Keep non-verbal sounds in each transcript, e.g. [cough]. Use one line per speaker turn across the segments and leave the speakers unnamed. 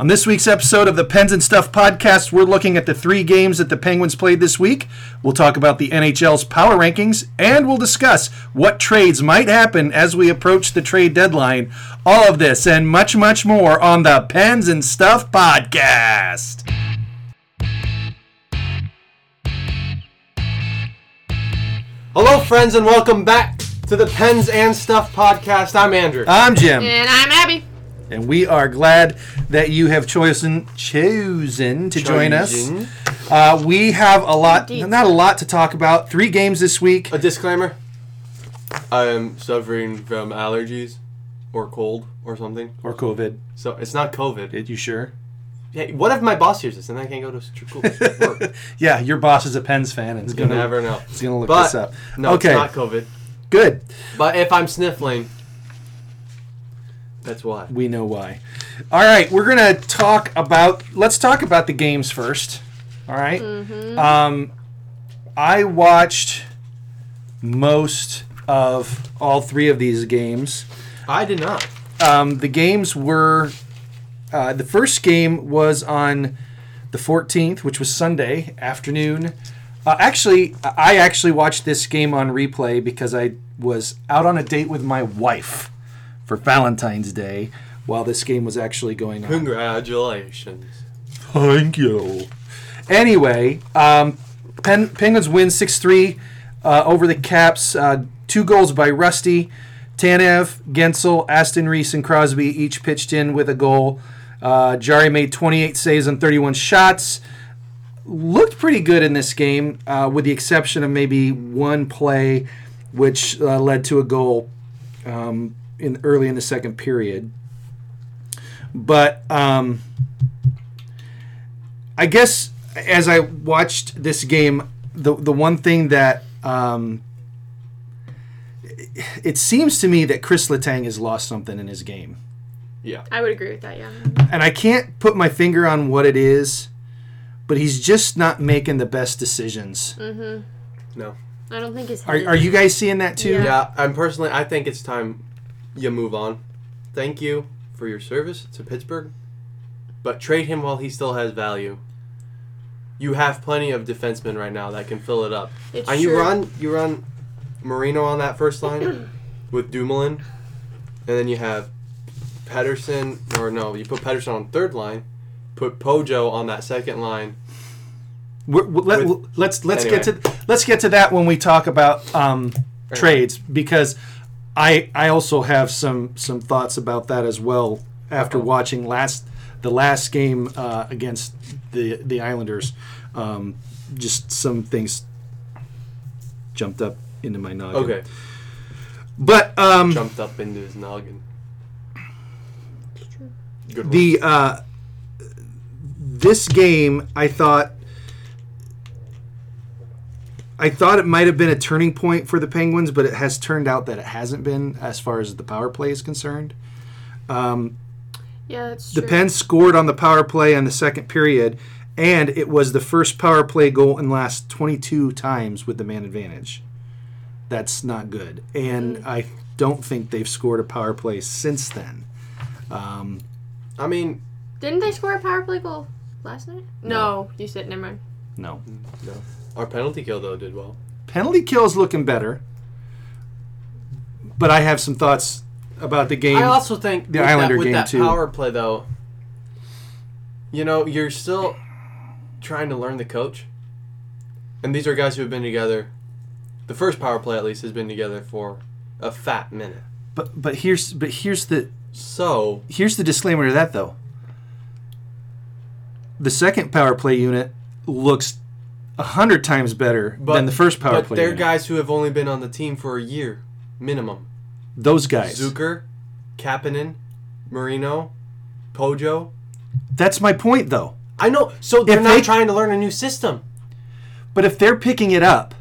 On this week's episode of the Pens and Stuff podcast, we're looking at the three games that the Penguins played this week. We'll talk about the NHL's power rankings, and we'll discuss what trades might happen as we approach the trade deadline. All of this and much, much more on the Pens and Stuff podcast.
Hello, friends, and welcome back to the Pens and Stuff podcast. I'm Andrew.
I'm
[laughs]
Jim,
And I'm Abby.
and we are glad that you have chosen chosen to join us.
Chosen.
Uh, we have a lot,
Indeed.
not a lot to talk about. Three games this week.
A disclaimer I am suffering from allergies or cold or something.
Or COVID?
So it's not COVID.
Did you sure?
Hey, what if my boss hears this and I can't go to s-
[laughs]
school? work?
Yeah, your boss is a Pens fan and is
You
gonna
never know.
He's gonna look
But-
this up.
No,
okay,
it's not COVID.
good.
But if I'm sniffling, that's why.
We know why. All right, we're gonna talk about. Let's talk about the games first. All right? Um, I watched most of all three of these games.
I did not.
Um, the games were. Uh, the first game was on the 14th, which was Sunday afternoon. Uh, actually, I actually watched this game on replay because I was out on a date with my wife for Valentine's Day while this game was actually going on.
Congratulations.
Thank you. Anyway, um, Pen- Penguins win 6 3 uh, over the Caps. Uh, two goals by Rusty. Tanev, Gensel, Aston Reese, and Crosby each pitched in with a goal. Uh, Jari made 28 saves and 31 shots. Looked pretty good in this game, uh, with the exception of maybe one play, which uh, led to a goal um, in early in the second period. But um, I guess as I watched this game, the the one thing that um, it seems to me that Chris Letang has lost something in his game,
Yeah.
I would agree with that, yeah.
and I can't put my finger on what it is, but he's just not making the best decisions.
No.
I don't think his head
Are,
Mm-hmm.
are you guys seeing that too?
Yeah.
Yeah, I'm personally, I think it's time you move on. Thank you for your service to Pittsburgh, but trade him while he still has value. You have plenty of defensemen right now that can fill it up.
It's
and you
true.
run, you run Marino on that first
[clears throat]
line with Dumoulin, and then you have Pedersen, or no, you put Pedersen on third line, put Pojo on that second line.
We're, we let,
With-
let's let's
anyway.
get to let's get to that when we talk about um, trades because I I also have some some thoughts about that as well after watching last the last game uh, against the the Islanders. Um, just some things jumped up into my noggin.
Okay,
but um,
jumped up into his noggin. Good one.
the uh, this game I thought I thought it might have been a turning point for the Penguins, but it has turned out that it hasn't been as far as the power play is concerned.
Yeah, that's
The
true.
Pens scored on the power play in the second period, and it was the first power play goal in last 22 times with the man advantage. That's not good, and I don't think they've scored a power play since then.
I mean,
Didn't they score a power play goal last night? No, you said never mind.
No.
no. Our penalty kill though did well.
Penalty kill's looking better, but I have some thoughts about the game.
I also think
the
with
Islander
that, with
game,
that
too.
power play though. You know, you're still trying to learn the coach, and these are guys who have been together. The first power play, at least, has been together for a fat minute.
but but here's but here's the
So
here's the disclaimer to that though. The second power play unit looks a hundred times better
but
than the first power
but
play.
they're
unit.
guys who have only been on the team for a year minimum.
Those guys.
Zucker, Kapanen, Marino, Kojo.
That's my point, though.
I know. So they're
If
not
they-
trying to learn a new system.
But if they're picking it up,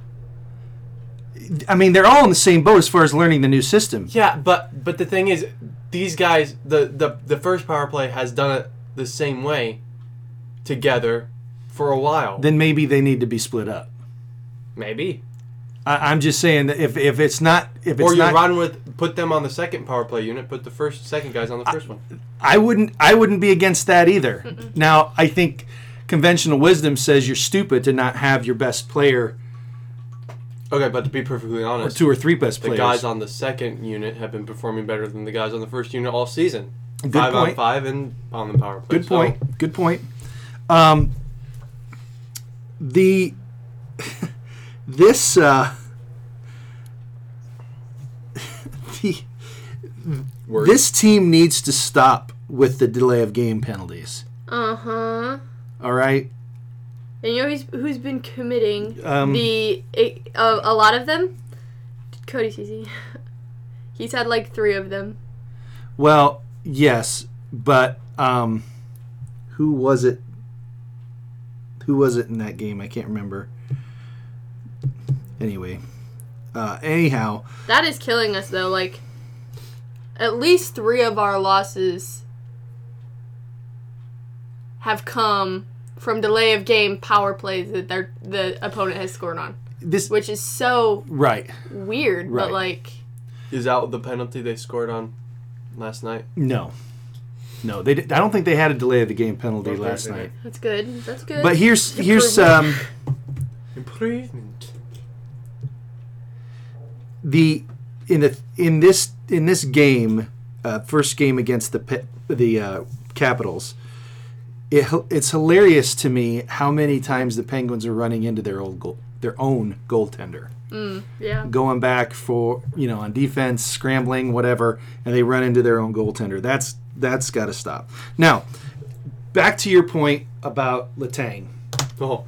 I mean, they're all in the same boat as far as learning the new system.
Yeah, but but the thing is, these guys, the the the first power play has done it the same way, together, for a while.
Then maybe they need to be split up.
Maybe.
I, I'm just saying that if, if it's not if it's
or you
not,
run with put them on the second power play unit, put the first second guys on the first one.
I wouldn't I wouldn't be against that either. Now I think conventional wisdom says you're stupid to not have your best player
Okay, but to be perfectly
or
honest,
two or three best
the
players.
guys on the second unit have been performing better than the guys on the first unit all season.
Good
five on
point.
five and on the power play.
Good
So,
point. Good point. Um, the [laughs] this uh, [laughs] the
word.
this team needs to stop with the delay of game penalties.
Uh huh.
All right.
And you know who's, who's been committing
Um,
the a, a, a lot of them? Cody Cece. [laughs] He's had like three of them.
Well, yes, but um, who was it? Who was it in that game? I can't remember. Anyway, uh, anyhow,
That is killing us though. Like, at least three of our losses have come from delay of game power plays that their the opponent has scored on,
this
which is so
right?
weird.
Right.
But like,
Is out the penalty they scored on last night?
No, no, they. Did, I don't think they had a delay of the game penalty
Okay,
last
they
night.
that's good. That's good.
But here's here's um,
Improvement.
the in the in this in this game, uh, first game against the Pe- the uh, Capitals. It, it's hilarious to me how many times the Penguins are running into their old goal, their own goaltender,
yeah,
going back for you know on defense, scrambling, whatever, and they run into their own goaltender. That's that's got to stop. Now, back to your point about Latang.
Oh,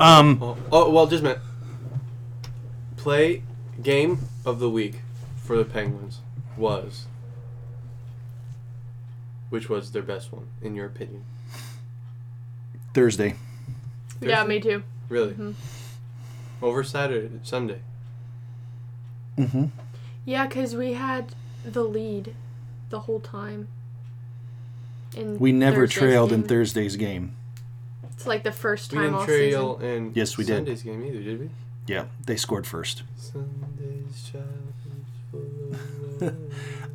Um,
oh, oh, well, just a minute. Play game of the week for the Penguins was. Which was their best one, in your opinion?
Thursday.
yeah, me too.
Really?
Mm-hmm.
Over Saturday, Sunday.
Yeah, because we had the lead the whole time. In
We never
Thursday's
trailed in
game.
Thursday's game.
It's like the first
We
time
didn't
all
trail
season.
in
Yes, we did.
Sunday's game either, did we?
Yeah, they scored first.
Sunday's child.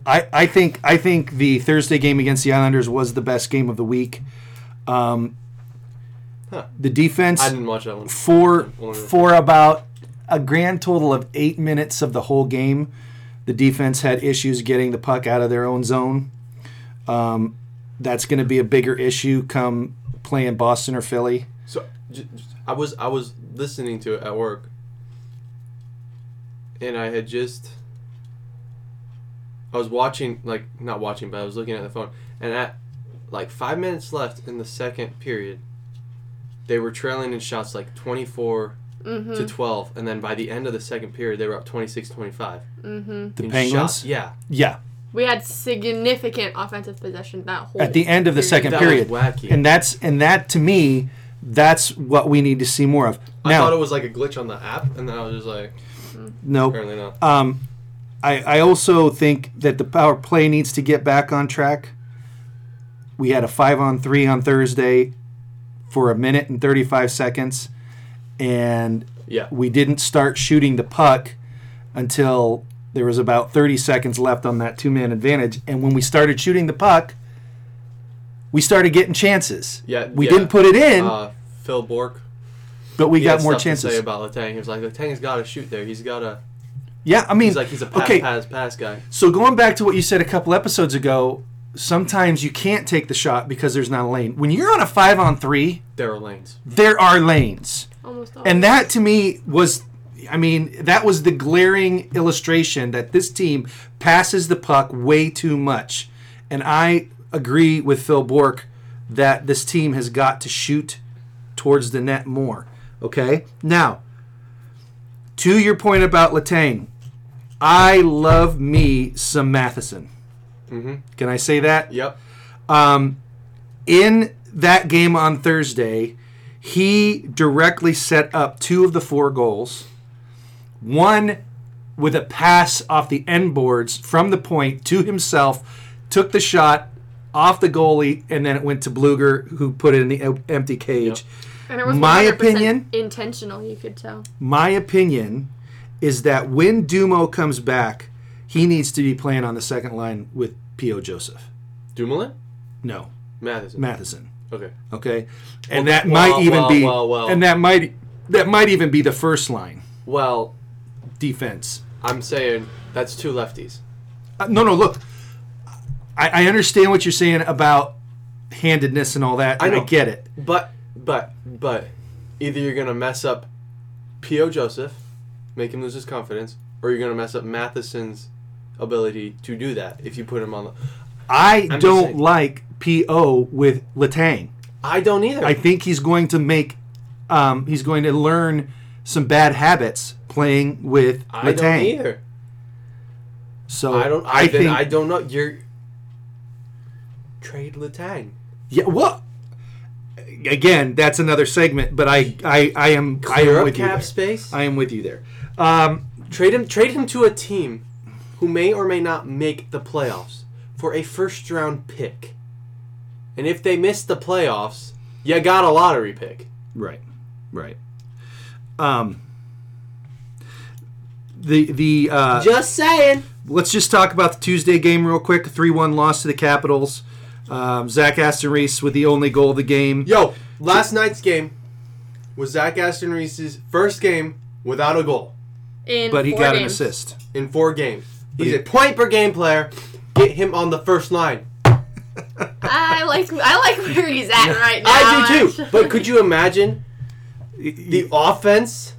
I, I think I think the Thursday game against the Islanders was the best game of the week. Um,
Huh.
The defense
I didn't watch that one.
for
Or-
for about a grand total of eight minutes of the whole game, the defense had issues getting the puck out of their own zone. Um, that's going to be a bigger issue come playing Boston or Philly.
So j- j- I was I was listening to it at work, and I had just I was watching like not watching, but I was looking at the phone, and at like five minutes left in the second period, they were trailing in shots like twenty to twelve, and then by the end of the second period, they were up 26-25.
The
in
Penguins,
shots. yeah,
yeah,
We had significant offensive possession that whole
at the end of the
period.
second
That was
period,
wacky.
and that's and that to me, that's what we need to see more of.
I
Now,
thought it was like a glitch on the app, and then I was just like,
no,
apparently not.
Um, I, I also think that the power play needs to get back on track. We had a five on three on Thursday for a minute and 35 seconds, and
yeah,
we didn't start shooting the puck until there was about 30 seconds left on that two man advantage. And when we started shooting the puck, we started getting chances.
Yeah,
we
yeah.
didn't put it in,
uh, Phil Bork.
but we
He
got
had
more
stuff To say
chances.
about Letang, he was like, Letang's got to shoot there. He's got to.
Yeah, I mean,
He's like, he's a pass,
okay,
pass, pass guy.
So going back to what you said a couple episodes ago, sometimes you can't take the shot because there's not a lane. When you're on a five on three,
There are lanes.
there are lanes.
Almost all.
And that to me was I mean, that was the glaring illustration that this team passes the puck way too much. And I agree with Phil Bork that this team has got to shoot towards the net more. Okay? Now, to your point about Latane, I love me some Matheson. Can I say that?
Yep.
in that game on Thursday, he directly set up two of the four goals. One with a pass off the end boards from the point to himself, took the shot off the goalie, and then it went to Bluger, who put it in the em- empty cage.
And it was
My
100%
opinion-
intentional. You could tell.
My opinion is that when Dumo comes back, he needs to be playing on the second line with P.O. Joseph.
Dumoulin?
No,
Matheson.
Matheson.
okay.
okay and
Well,
that
well,
might even
well,
be
well, well.
and that might that might even be the first line
Well,
defense
I'm saying that's two lefties.
Uh, no no look I, I understand what you're saying about handedness and all that and I,
know.
get it
But but but either you're gonna mess up P.O. Joseph, make him lose his confidence, or you're gonna mess up Matheson's ability to do that if you put him on the
i
just
don't
saying.
like po with latang
I don't either.
i think he's going to make um, he's going to learn some bad habits playing with
I don't
latang
either.
so
I don't
i
then
think
I don't know you're trade Latang.
yeah well again that's another segment but i i, I am i
Clear
am
up
with you
cap
there.
space.
I am with you there. Um,
Trade him. Trade him to a team who may or may not make the playoffs for a first round pick. And if they miss the playoffs, you got a lottery pick.
right, right. Um, the the uh,
Just saying.
let's just talk about the Tuesday game real quick. Three one loss to the Capitals. Um, Zach Aston Reese with the only goal of the game.
Yo, last night's game was Zach Aston Reese's first game without a goal
In
but he
four
got an
games.
assist.
in four games. He's a point per game player. Get him on the first line.
I like I like where he's
[laughs]
at right now.
I do too.
actually.
But could you imagine the offense?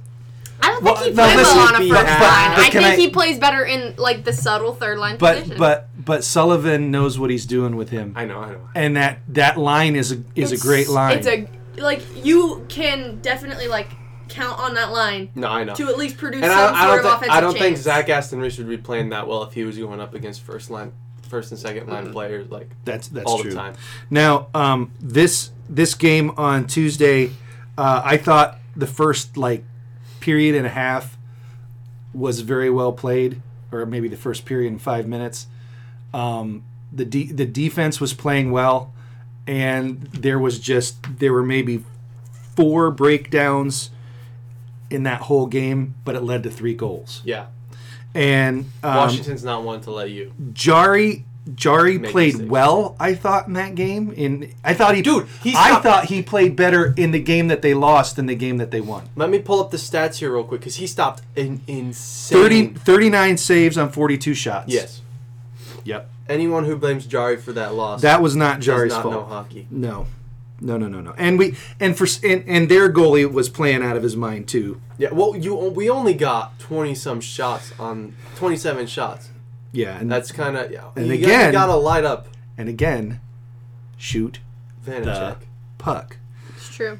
I don't
Well,
think he plays
now
well
listen,
on a
but-
first
but-
line.
but
I
can
think
I-
he plays better in like the subtle third line
But
position.
but but Sullivan knows what he's doing with him,
I know. I know.
and that that line is a is a great line.
It's a like you can definitely like count on that line
No, I know.
to at least produce
And
some
I, I
sort
don't,
of
think,
offensive
I don't think
chance.
Zach Aston Reese would be playing that well if he was going up against first line, first and second line players like
That's that's
all
true.
the time.
Now, um, this this game on Tuesday, uh, I thought the first like period and a half was very well played, or maybe the first period in five minutes. Um, the de- the defense was playing well, and there was just there were maybe four breakdowns in that whole game, but it led to three goals.
Yeah,
And um,
Washington's not one to let you.
Jari Jari
Make
played
mistakes.
well, I thought in that game. In I thought he
Dude, he's
I
not-
thought he played better in the game that they lost than the game that they won.
Let me pull up the stats here real quick because he stopped an insane.
30, 39 saves on 42 shots.
Yes.
Yep.
Anyone who blames Jari for that loss
That was not
does
Jari's
not
fault.
know hockey.
No. No, no, no, no. And we and for s- and, and their goalie was playing out of his mind too.
Yeah. Well, you we only got twenty some shots on twenty seven shots.
Yeah, and
That's kind of yeah.
And
you
again-
got to light up
and again shoot
Vanacek.
puck.
It's true.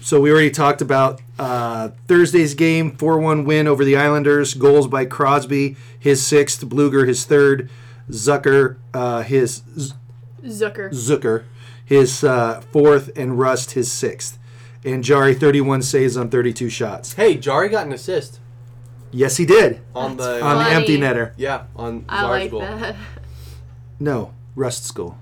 So we already talked about uh, Thursday's game, 4-1 win over the Islanders. Goals by Crosby, his sixth. Bluger, his third. Zucker, uh, his Z-
Zucker.
Zucker, his uh, fourth, and Rust, his sixth. And Jari, 31 saves on 32 shots.
Hey, Jari got an assist
Yes, he did
on the
on the
Funny.
empty netter.
yeah on
I
Jari's
like
goal.
that. [laughs]
No, Rust's goal.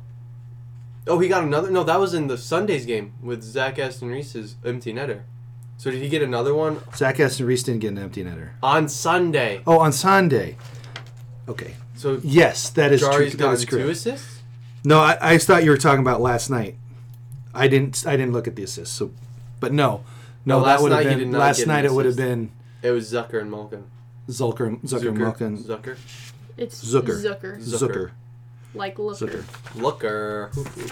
Oh, he got another. No, that was in the Sunday's game with Zach Aston Reese's empty netter. So did he get another one
Zach Aston Reese didn't get an empty netter.
on Sunday?
Oh, on Sunday. Okay.
So
Yes, that is
Jari's
true. That
got
is
two
correct.
assists.
No, I, I thought you were talking about last night. I didn't. I didn't look at the assist. So, but no, no,
No,
that
last
would have
night he
been
did not
last
get an
night. It would have
assist.
been
It was Zucker and Malkin.
Zulker, Zucker, Malkin,
Zucker.
It's
Zucker.
Zucker.
Zucker.
Zucker.
Like looker.
Zucker.
Looker.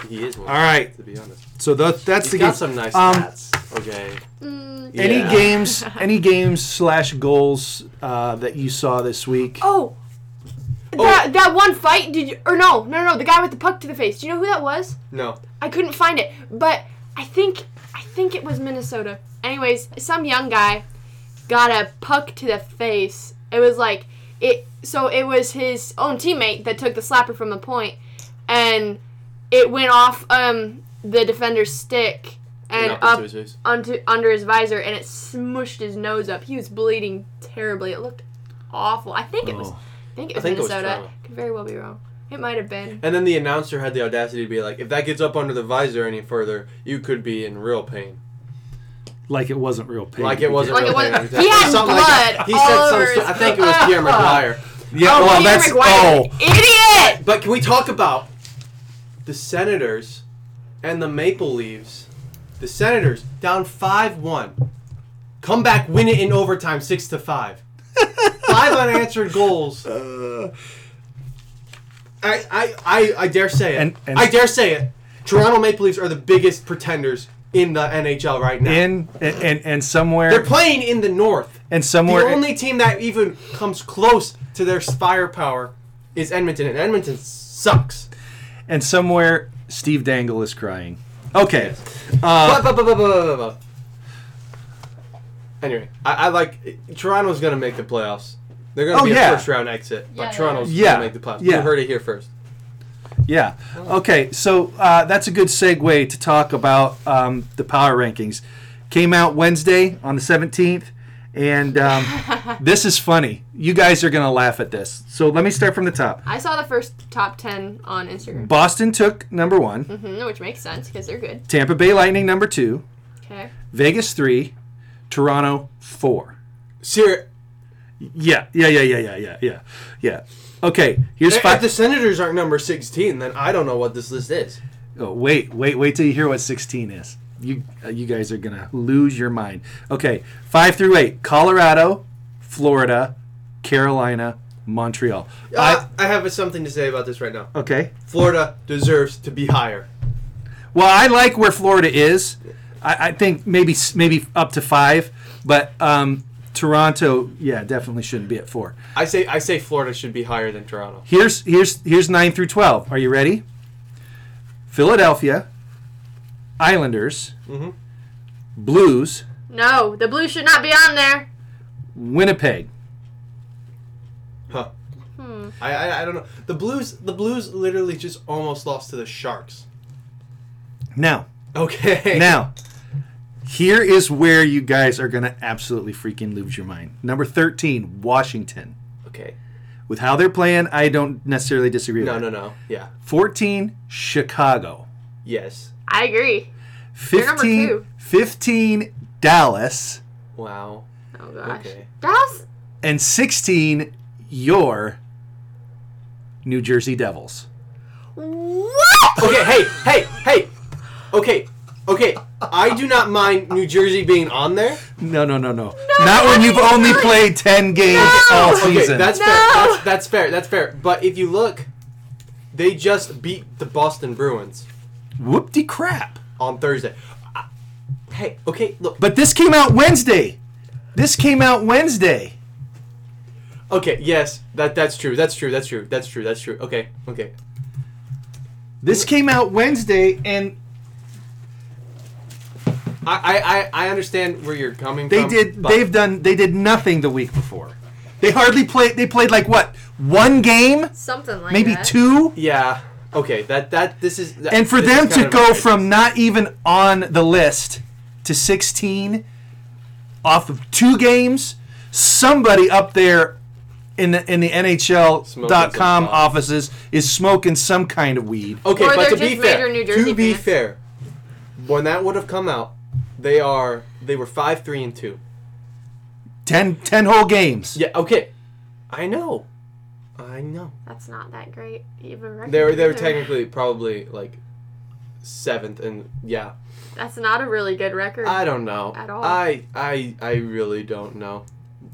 He is one.
All right.
To be honest,
So tho- that's
he's
the
got
game.
some nice
Um,
stats. Okay.
Mm.
Any
Yeah.
games? Any games slash goals uh, that you saw this week?
Oh.
Oh.
That, that one fight, did you? Or no, no, no, the guy with the puck to the face. Do you know who that was?
No.
I couldn't find it, but I think I think it was Minnesota. Anyways, some young guy got a puck to the face. It was like
it so it was his own teammate that took the slapper from the point, and it went off um, the defender's stick and
Knocked
up
into his face.
onto under his visor, and it smushed his nose up. He was bleeding terribly. It looked awful. I think it was.
Oh.
I think it was
think it was
Minnesota.
Toronto.
Could very well be wrong. It might have been.
And then the announcer had the audacity to be like, if that gets up under the visor any further, you could be in real pain.
Like it wasn't real pain.
Like it wasn't
Like
real
it wasn't-
pain.
he had
Something like that.
blood
he
all
said some
over
stu-
his- Oh.
I think it was
[laughs]
Pierre McGuire.
Yeah, well,
Peter
that's
Oh, McGuire,
oh.
idiot!
But can we talk about the Senators and the Maple Leaves? The Senators down five one, come back, win it in overtime, six to five. five unanswered goals. I, I, I, I dare say it.
And- and-
I dare say it. Toronto Maple Leafs are the biggest pretenders in the NHL right now.
In and, and and
They're
somewhere
playing in the North.
and somewhere
the only team that even comes close to their firepower is Edmonton, and Edmonton sucks.
and somewhere Steve Dangle is crying. Okay. Uh,
But- but- but- but- but- but- but- Anyway, I, I like Toronto's gonna make the playoffs. They're gonna
Oh,
be
yeah.
a first round exit, but
Yeah, yeah,
Toronto's
yeah.
gonna make the playoffs.
Yeah.
You heard it here first.
Yeah. Okay. So uh, that's a good segue to talk about um, the power rankings. Came out Wednesday on the 17th, and um, this is funny. You guys are going to laugh at this. So let me start from the top.
I saw the first top ten on Instagram,
Boston took number one,
Mhm, which makes sense because they're good.
Tampa Bay Lightning number two,
Okay.
Vegas three, Toronto four.
Sir,
Yeah. Yeah. Yeah. Yeah. Yeah. Yeah. Yeah. Yeah. Okay. Here's
if
five.
the Senators aren't number sixteen, then I don't know what this list is.
Oh, wait, wait, wait till you hear what 16 is. You uh, you guys are gonna lose your mind. Okay, five through eight: Colorado, Florida, Carolina, Montreal.
I, Uh, I have something to say about this right now.
I, okay.
Florida deserves to be higher.
Well, I like where Florida is. I, I think maybe s- maybe up to five, but um, Toronto, yeah, definitely shouldn't be at four.
I say I say Florida should be higher than Toronto.
Here's here's here's nine through twelve. Are you ready? Philadelphia, Islanders, Blues,
No, the Blues should not be on there.
Winnipeg.
Huh. I, I I don't know. The Blues the Blues literally just almost lost to the Sharks.
Now.
Okay.
Now, here is where you guys are going to absolutely freaking lose your mind. Number 13, Washington.
Okay.
With how they're playing, I don't necessarily disagree with
No,
that.
no, no. Yeah.
14, Chicago.
Yes.
I agree. number
15,
two.
15 Dallas.
Wow.
Oh gosh,
Okay.
Dallas.
And 16, your New Jersey Devils.
What?
Okay, hey, hey, hey. Okay. Okay. I do not mind New Jersey being on there.
No, no, no, no. Not when you've
no,
only
no.
played 10 games all
Okay,
season.
that's
No.
fair. That's, that's fair. That's fair. But if you look, they just beat the Boston Bruins
Whoop-de crap.
on Thursday. I- Hey, okay, look.
But this came out Wednesday. This came out Wednesday.
Okay, yes, that that's true. That's true. That's true. That's true. That's true. Okay. Okay.
This came out Wednesday, and
I I, I, I understand where you're coming
they
from.
did.
but-
They've done. They did nothing the week before. They hardly played. They played like what one game,
Something like
maybe
that.
two.
Yeah. Okay. That that this is. that-
And for
this is
them
kind
to
of
go
outrageous.
from not even on the list to 16 off of two games, somebody up there in the in the
Smoking some
NHL.com
pot.
offices is smoking some kind of weed.
Okay,
Or
but
they're
to be
just
fair,
major New Jersey
to be
fans.
fair, when that would have come out, they are they were five, three, and two.
10, 10 whole games.
Yeah. Okay. I know. I know.
That's not that great. Even record
They were
[laughs]
they were
either.
technically probably like seventh, and yeah.
That's not a really good record.
I don't know.
At all.
I I I really don't know.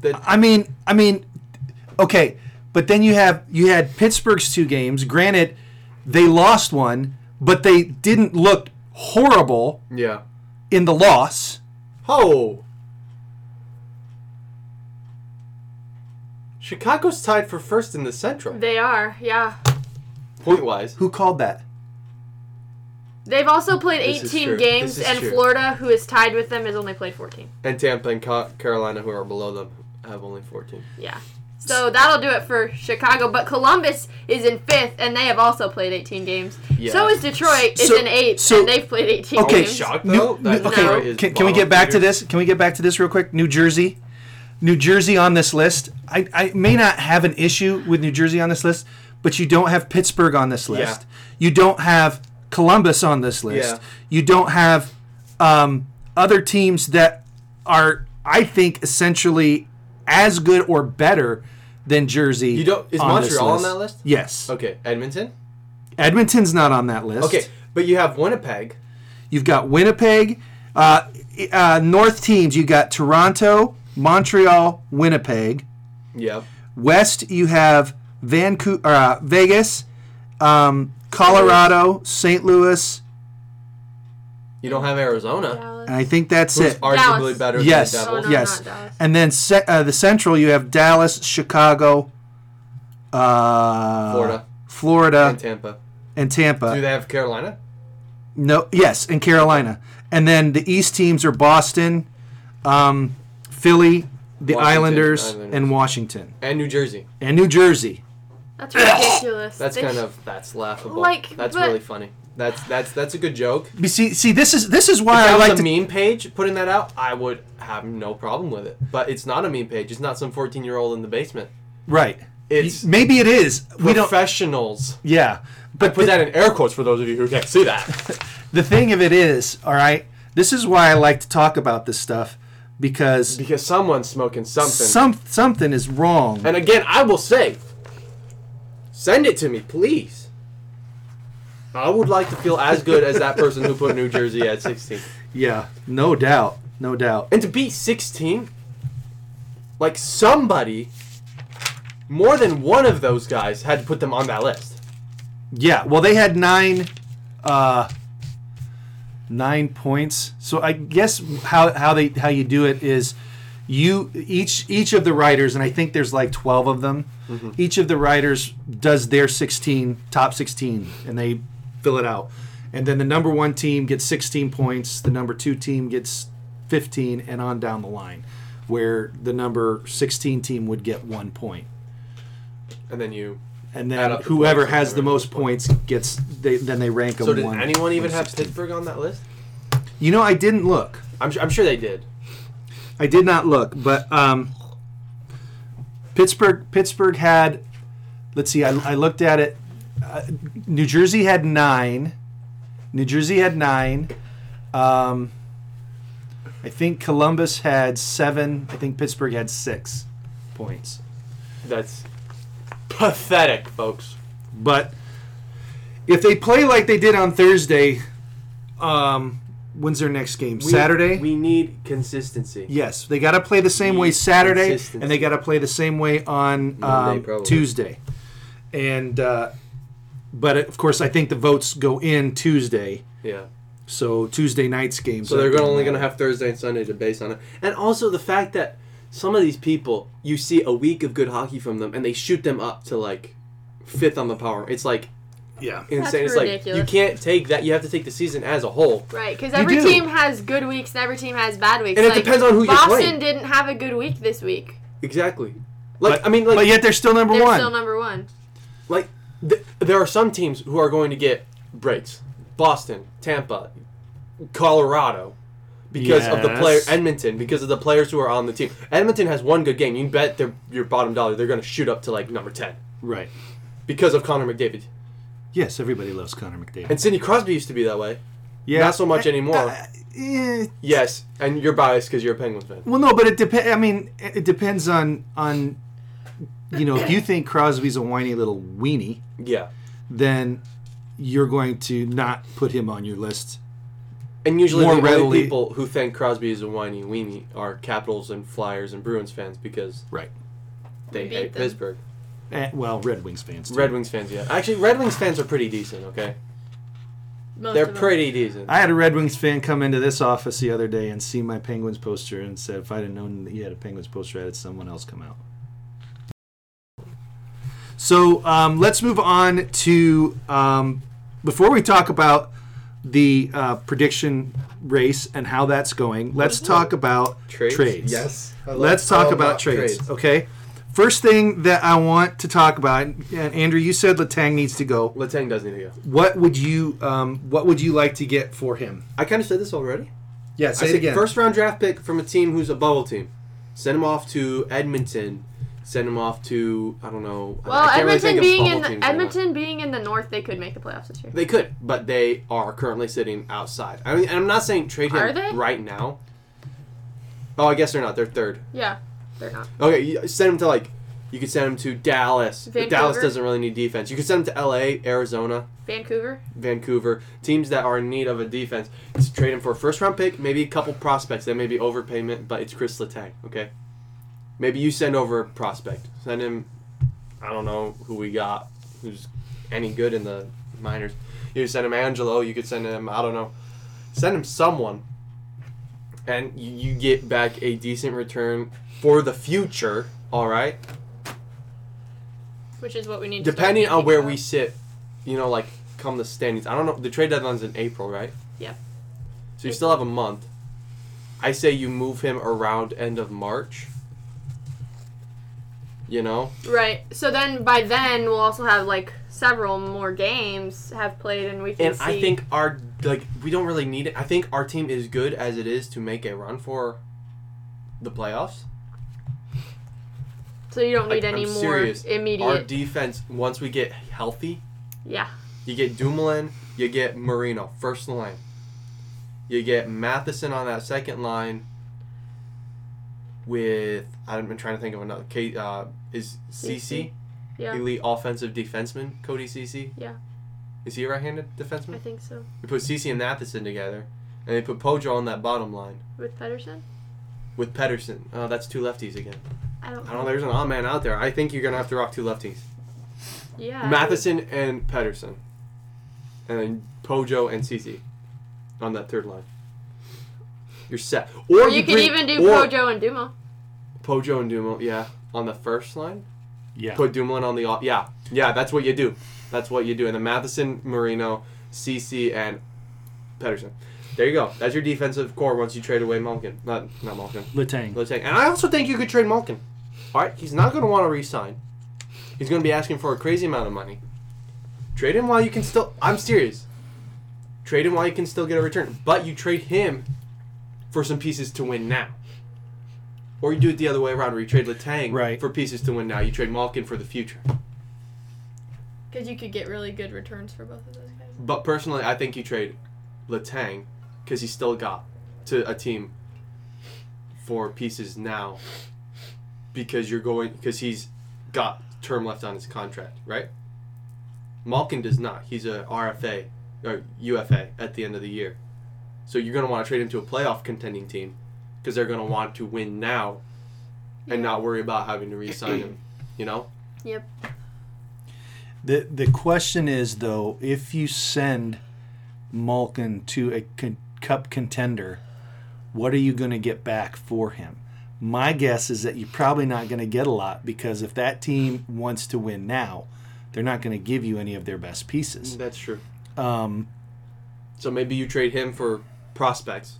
That
I mean, I mean, okay, but then you have you had Pittsburgh's two games. Granted, they lost one, but they didn't look horrible
yeah.
in the loss.
Oh. Chicago's tied for first in the Central,
they are. Yeah.
point wise.
Who called that?
They've also played
This is
18
true.
games,
This is
and
true.
Florida, who is tied with them, has only played 14.
And Tampa and Ca- Carolina, who are below them, have only 14.
Yeah. So that'll do it for Chicago. But Columbus is in fifth, and they have also played 18 games.
Yeah.
So is Detroit. It's
So-
in eighth,
so-
and they've played 18
Okay,
games.
shocked,
New-
though, that
New-
Detroit
okay,
is
can, can we
bottom
get back to
feeder?
this? Can we get back to this real quick? New Jersey, New Jersey on this list. I, I may not have an issue with New Jersey on this list, but you don't have Pittsburgh on this list. You don't have Columbus on this list.
Yeah.
You don't have um, other teams that are, I think, essentially as good or better than Jersey.
You don't- is
this
Montreal on that list?
Yes.
Okay, Edmonton.
Edmonton's not on that list.
Okay, but you have Winnipeg.
You've got Winnipeg, uh, uh, North teams. You've got Toronto, Montreal, Winnipeg.
Yeah.
West, you have Vancouver, uh, Vegas, um, Colorado, St. Louis,
You don't have Arizona.
and I think that's
Who's
it.
arguably
Dallas.
better
yes,
than the Devils.
Oh, no,
yes.
not Dallas.
And then se- uh, the Central, you have Dallas, Chicago, uh,
Florida
Florida,
and Tampa.
and Tampa.
Do they have Carolina?
No, yes, and Carolina, and then the East teams are Boston, um, Philly, the
Washington,
Islanders,
Islanders.
and Washington,
And New Jersey.
and New Jersey.
That's ridiculous.
That's
They
kind
sh-
of that's laughable.
Like,
that's
but-
really funny. That's that's that's a good joke. If
You see, see, this is this is why
that
I
was
like
a
to.
meme page putting that out, I would have no problem with it. But it's not a meme page. It's not some 14 year old in the basement.
Right.
It's-
maybe it is. We don't.
Professionals.
Yeah, but
Put that in air quotes for those of you who can't
[laughs]
see that.
the thing of it is, all right. This is why I like to talk about this stuff because
because someone's smoking something.
some something is wrong.
and again, I will say, send it to me, please. I would like to feel as good as that person who put New Jersey at 16.
Yeah, no doubt, no doubt.
And to be 16, like somebody, more than one of those guys had to put them on that list.
Yeah, well, they had nine, uh, nine points. So I guess how how they how you do it is, you each each of the writers, and I think there's like twelve of them. Each of the writers does their sixteen top sixteen, and they fill it out. And then the number one team gets sixteen points. The number two team gets fifteen, and on down the line, where the number sixteen team would get one point
And then you.
and
Add
then
up the
whoever
points and
has the
whoever
most points gets they then they rank them.
So did
one
anyone even
through
have
16.
Pittsburgh on that list?
You know, I didn't look.
I'm, su- I'm sure they did.
I did not look, but um, Pittsburgh Pittsburgh had. Let's see. I, I looked at it. Uh, New Jersey had nine. New Jersey had nine. Um, I think Columbus had seven. I think Pittsburgh had six points.
That's pathetic, folks.
But if they play like they did on Thursday, um, when's their next game? Saturday.
We need consistency.
yes, they got to play the same way
Need
Saturday,
consistency.
and they got to play the same way on
Monday,
um,
probably.
Tuesday. And uh, but of course, I think the votes go in Tuesday,
Yeah.
so Tuesday night's games.
So they're gonna, only going to have Thursday and Sunday to base on it. And also the fact that some of these people, you see a week of good hockey from them, and they shoot them up to like fifth on the power. It's like
yeah.
insane. it's
ridiculous.
like you can't take that. You have to take the season as a whole.
Right, because every
do.
team has good weeks and every team has bad weeks.
And it depends on who you're
Boston
playing.
didn't have a good week this week.
Exactly. Like
but,
I mean, like
but yet they're still number
They're
one.
still number one.
like th- there are some teams who are going to get breaks. Boston, Tampa, Colorado, because of the
Yes.
player Edmonton, because of the players who are on the team. Edmonton has one good game. You can bet their your bottom dollar they're going to shoot up to like number ten
right.
because of Connor McDavid.
Yes, everybody loves Connor McDavid.
And Sidney Crosby used to be that way.
Yeah.
Not so much anymore.
Eh,
yes, and you're biased because you're a Penguins fan.
Well, no, but it depends. I mean, it it depends on on you know if you think Crosby's a whiny little weenie,
Yeah,
then you're going to not put him on your list.
and usually
More
the
readily-
only people who think Crosby is a whiny weenie are Capitals and Flyers and Bruins fans because
Right.
they
Beat
hate
them.
Pittsburgh.
Eh, well, Red Wings fans. Too.
Red Wings fans, yeah. Actually, Red Wings fans are pretty decent. Okay,
most
they're
of them.
pretty decent.
I had a Red Wings fan come into this office the other day and see my Penguins poster and said, if I'd have known that he had a Penguins poster, I'd had someone else come out. So um, let's move on to um, before we talk about the uh, prediction race and how that's going. Let's talk about trades.
Yes.
Let's talk about trades. Okay.
First thing that I want to talk about, and Andrew, you said Latang needs to go.
Letang does need to go.
What would you um, What would you like to get for him?
I kind of said this already.
Yeah,
I said first round draft pick from a team who's a bubble team. Send him off to Edmonton. Send him off to I don't know. I-
Well,
I can't really
Edmonton
think of
being
bubble
in
teams
the,
right now.
Edmonton being in the North, they could make the playoffs this year.
They could, but they are currently sitting outside. I mean, and I'm not saying trade
Are
him
they?
right now. Oh, I guess they're not. They're third.
Yeah, they're not.
Okay, you send him to like. You could send him to Dallas. But Dallas
Vancouver?
doesn't really need defense. You could send him to L.A., Arizona,
Vancouver.
Vancouver, teams that are in need of a defense. Just trade him for a first round pick, maybe a couple prospects. That may be overpayment, but it's Chris Letang. Okay, maybe you send over a prospect. Send him. I don't know who we got. Who's any good in the minors? You could send him Angelo. You could send him. I don't know. Send him someone, and you, you get back a decent return for the future. All right
Which is what we need.
depending on where we sit, you know, like come the standings. I don't know. The trade deadline's in April, right?
Yeah.
So you still have a month. I say you move him around end of March. You know,
Right. So then, by then, we'll also have like several more games have played, and we can
and
see.
I think our like we don't really need it. I think our team is good as it is to make a run for the playoffs.
so. You don't
Like,
need any
I'm
more
serious. Our
immediate.
defense, once we get healthy,
yeah.
You get Dumoulin, you get Marino, first line. You get Matheson on that second line with I've been trying to think of another K uh, is CC,
CC. Yeah.
elite offensive defenseman, Cody CC.
Yeah.
Is he a right handed
I
defenseman?
think so.
We put CC and Matheson together and they put Pojo on that bottom line
With Pedersen,
with Pedersen. Oh, that's two lefties again.
I don't.
I don't know, there's an odd man out there. I think you're gonna have to rock two lefties.
Yeah.
Matheson and Pedersen. And then Pojo and CC on that third line. You're set.
Or you could
bring-
even do
or
Pojo and Dumo.
Pojo and Dumo, yeah. On the first line?
Yeah.
Put Dumoulin on the off. Yeah. Yeah, that's what you do. That's what you do. And then Matheson, Marino, CC, and Pedersen. There you go. That's your defensive core once you trade away Malkin. Not, not Malkin.
Letang.
Let's take- And I also think you could trade Malkin. All right, he's not going to want to re-sign. He's going to be asking for a crazy amount of money. Trade him while you can still. I'm serious. Trade him while you can still get a return, but you trade him for some pieces to win now. Or you do it the other way around, where you trade Letang
Right.
for pieces to win now. You trade Malkin for the future.
Because you could get really good returns for both of those guys.
But personally, I think you trade Letang because he still got to a team for pieces now because you're going because he's got term left on his contract, right? Malkin does not. He's a RFA or UFA at the end of the year. So you're going to want to trade him to a playoff contending team because they're going to want to win now and not worry about having to re-sign him, you know?
Yep.
The the question is though, if you send Malkin to a con- cup contender, what are you going to get back for him? My guess is that you're probably not going to get a lot because if that team wants to win now, they're not going to give you any of their best pieces.
That's true.
Um,
So maybe you trade him for prospects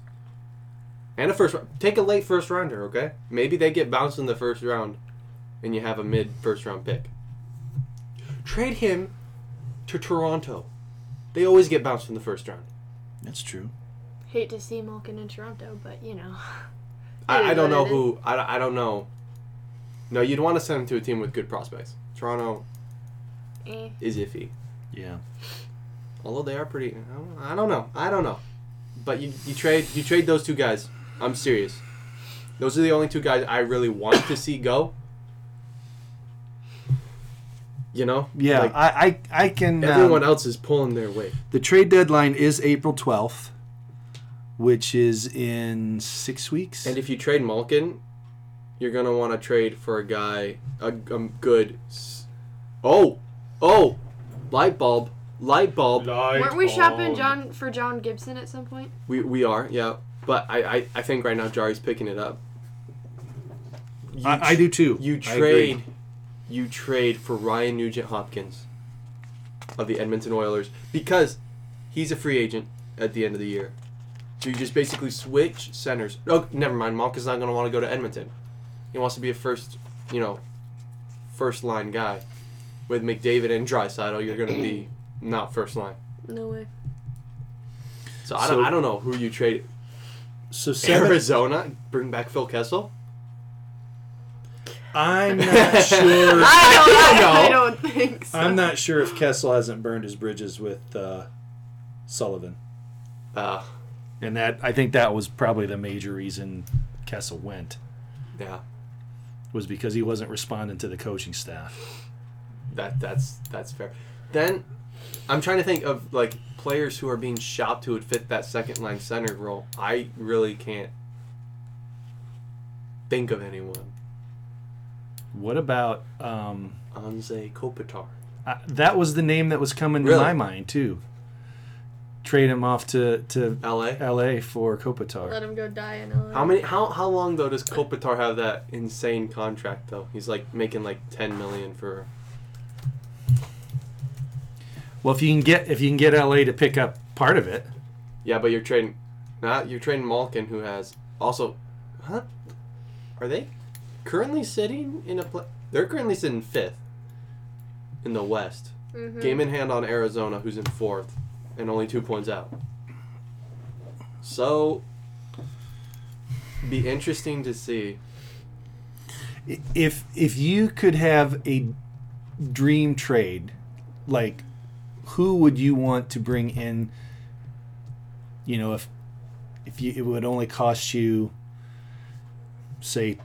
and a first. Take a late first rounder, okay? Maybe they get bounced in the first round, and you have a mid first round pick. Trade him to Toronto. They always get bounced in the first round.
that's true.
Hate to see Malkin in Toronto, but you know. [laughs] It is
I, I don't
what
know
it
who. I, don't- I don't know. No, you'd want to send him to a team with good prospects. Toronto
Eh.
is iffy.
Yeah.
Although they are pretty, I don't- I don't know, I don't know. But you, you trade you trade those two guys. I'm serious. Those are the only two guys I really want to see go. You know.
Yeah,
Like,
I, I I can. um,
everyone else is pulling their weight.
The trade deadline is April 12th, which is in six weeks.
And if you trade Malkin, you're gonna want to trade for a guy a, a good. s- Oh, oh, light bulb, light bulb.
Weren't we shopping John for John Gibson at some point?
We, we are, yeah. But I, I, I think right now Jari's picking it up. You
I, I do too.
You
I agree.
trade, you trade for Ryan Nugent Hopkins of the Edmonton Oilers because he's a free agent at the end of the year. So you just basically switch centers. Oh, never mind. Malkin's not going to want to go to Edmonton. He wants to be a first, you know, first line guy. With McDavid and Drysidle, you're going to be not first line.
No way.
So I don't,
So-
I don't know who you trade.
So seven,
Arizona, bring back Phil Kessel.
I'm not sure.
I
I
don't,
don't
I, I
know.
don't [laughs] think so.
I'm not sure if Kessel hasn't burned his bridges with uh, Sullivan,
Uh,
and that I think that was probably the major reason Kessel went
yeah,
was because he wasn't responding to the coaching staff.
that that's that's fair. Then I'm trying to think of like players who are being shopped who would fit that second line center role. I really can't think of anyone.
What about um,
Anze Kopitar.
I, that was the name that was coming to
Really?
my mind too. Trade him off to to
LA.
L.A. for Kopitar.
Let him go die in LA.
How many? How how long though does Kopitar have that insane contract though? He's like making like ten million for.
Well, if you can get if you can get L.A. to pick up part of it,
Yeah, but you're trading. Not you're trading Malkin who has also, huh? Are they currently sitting in a? Pla- they're currently sitting fifth in the West. Game in hand on Arizona, who's in fourth, and only two points out. So, be interesting to see.
if if you could have a dream trade, like who would you want to bring in? You know, if if you it would only cost you, say,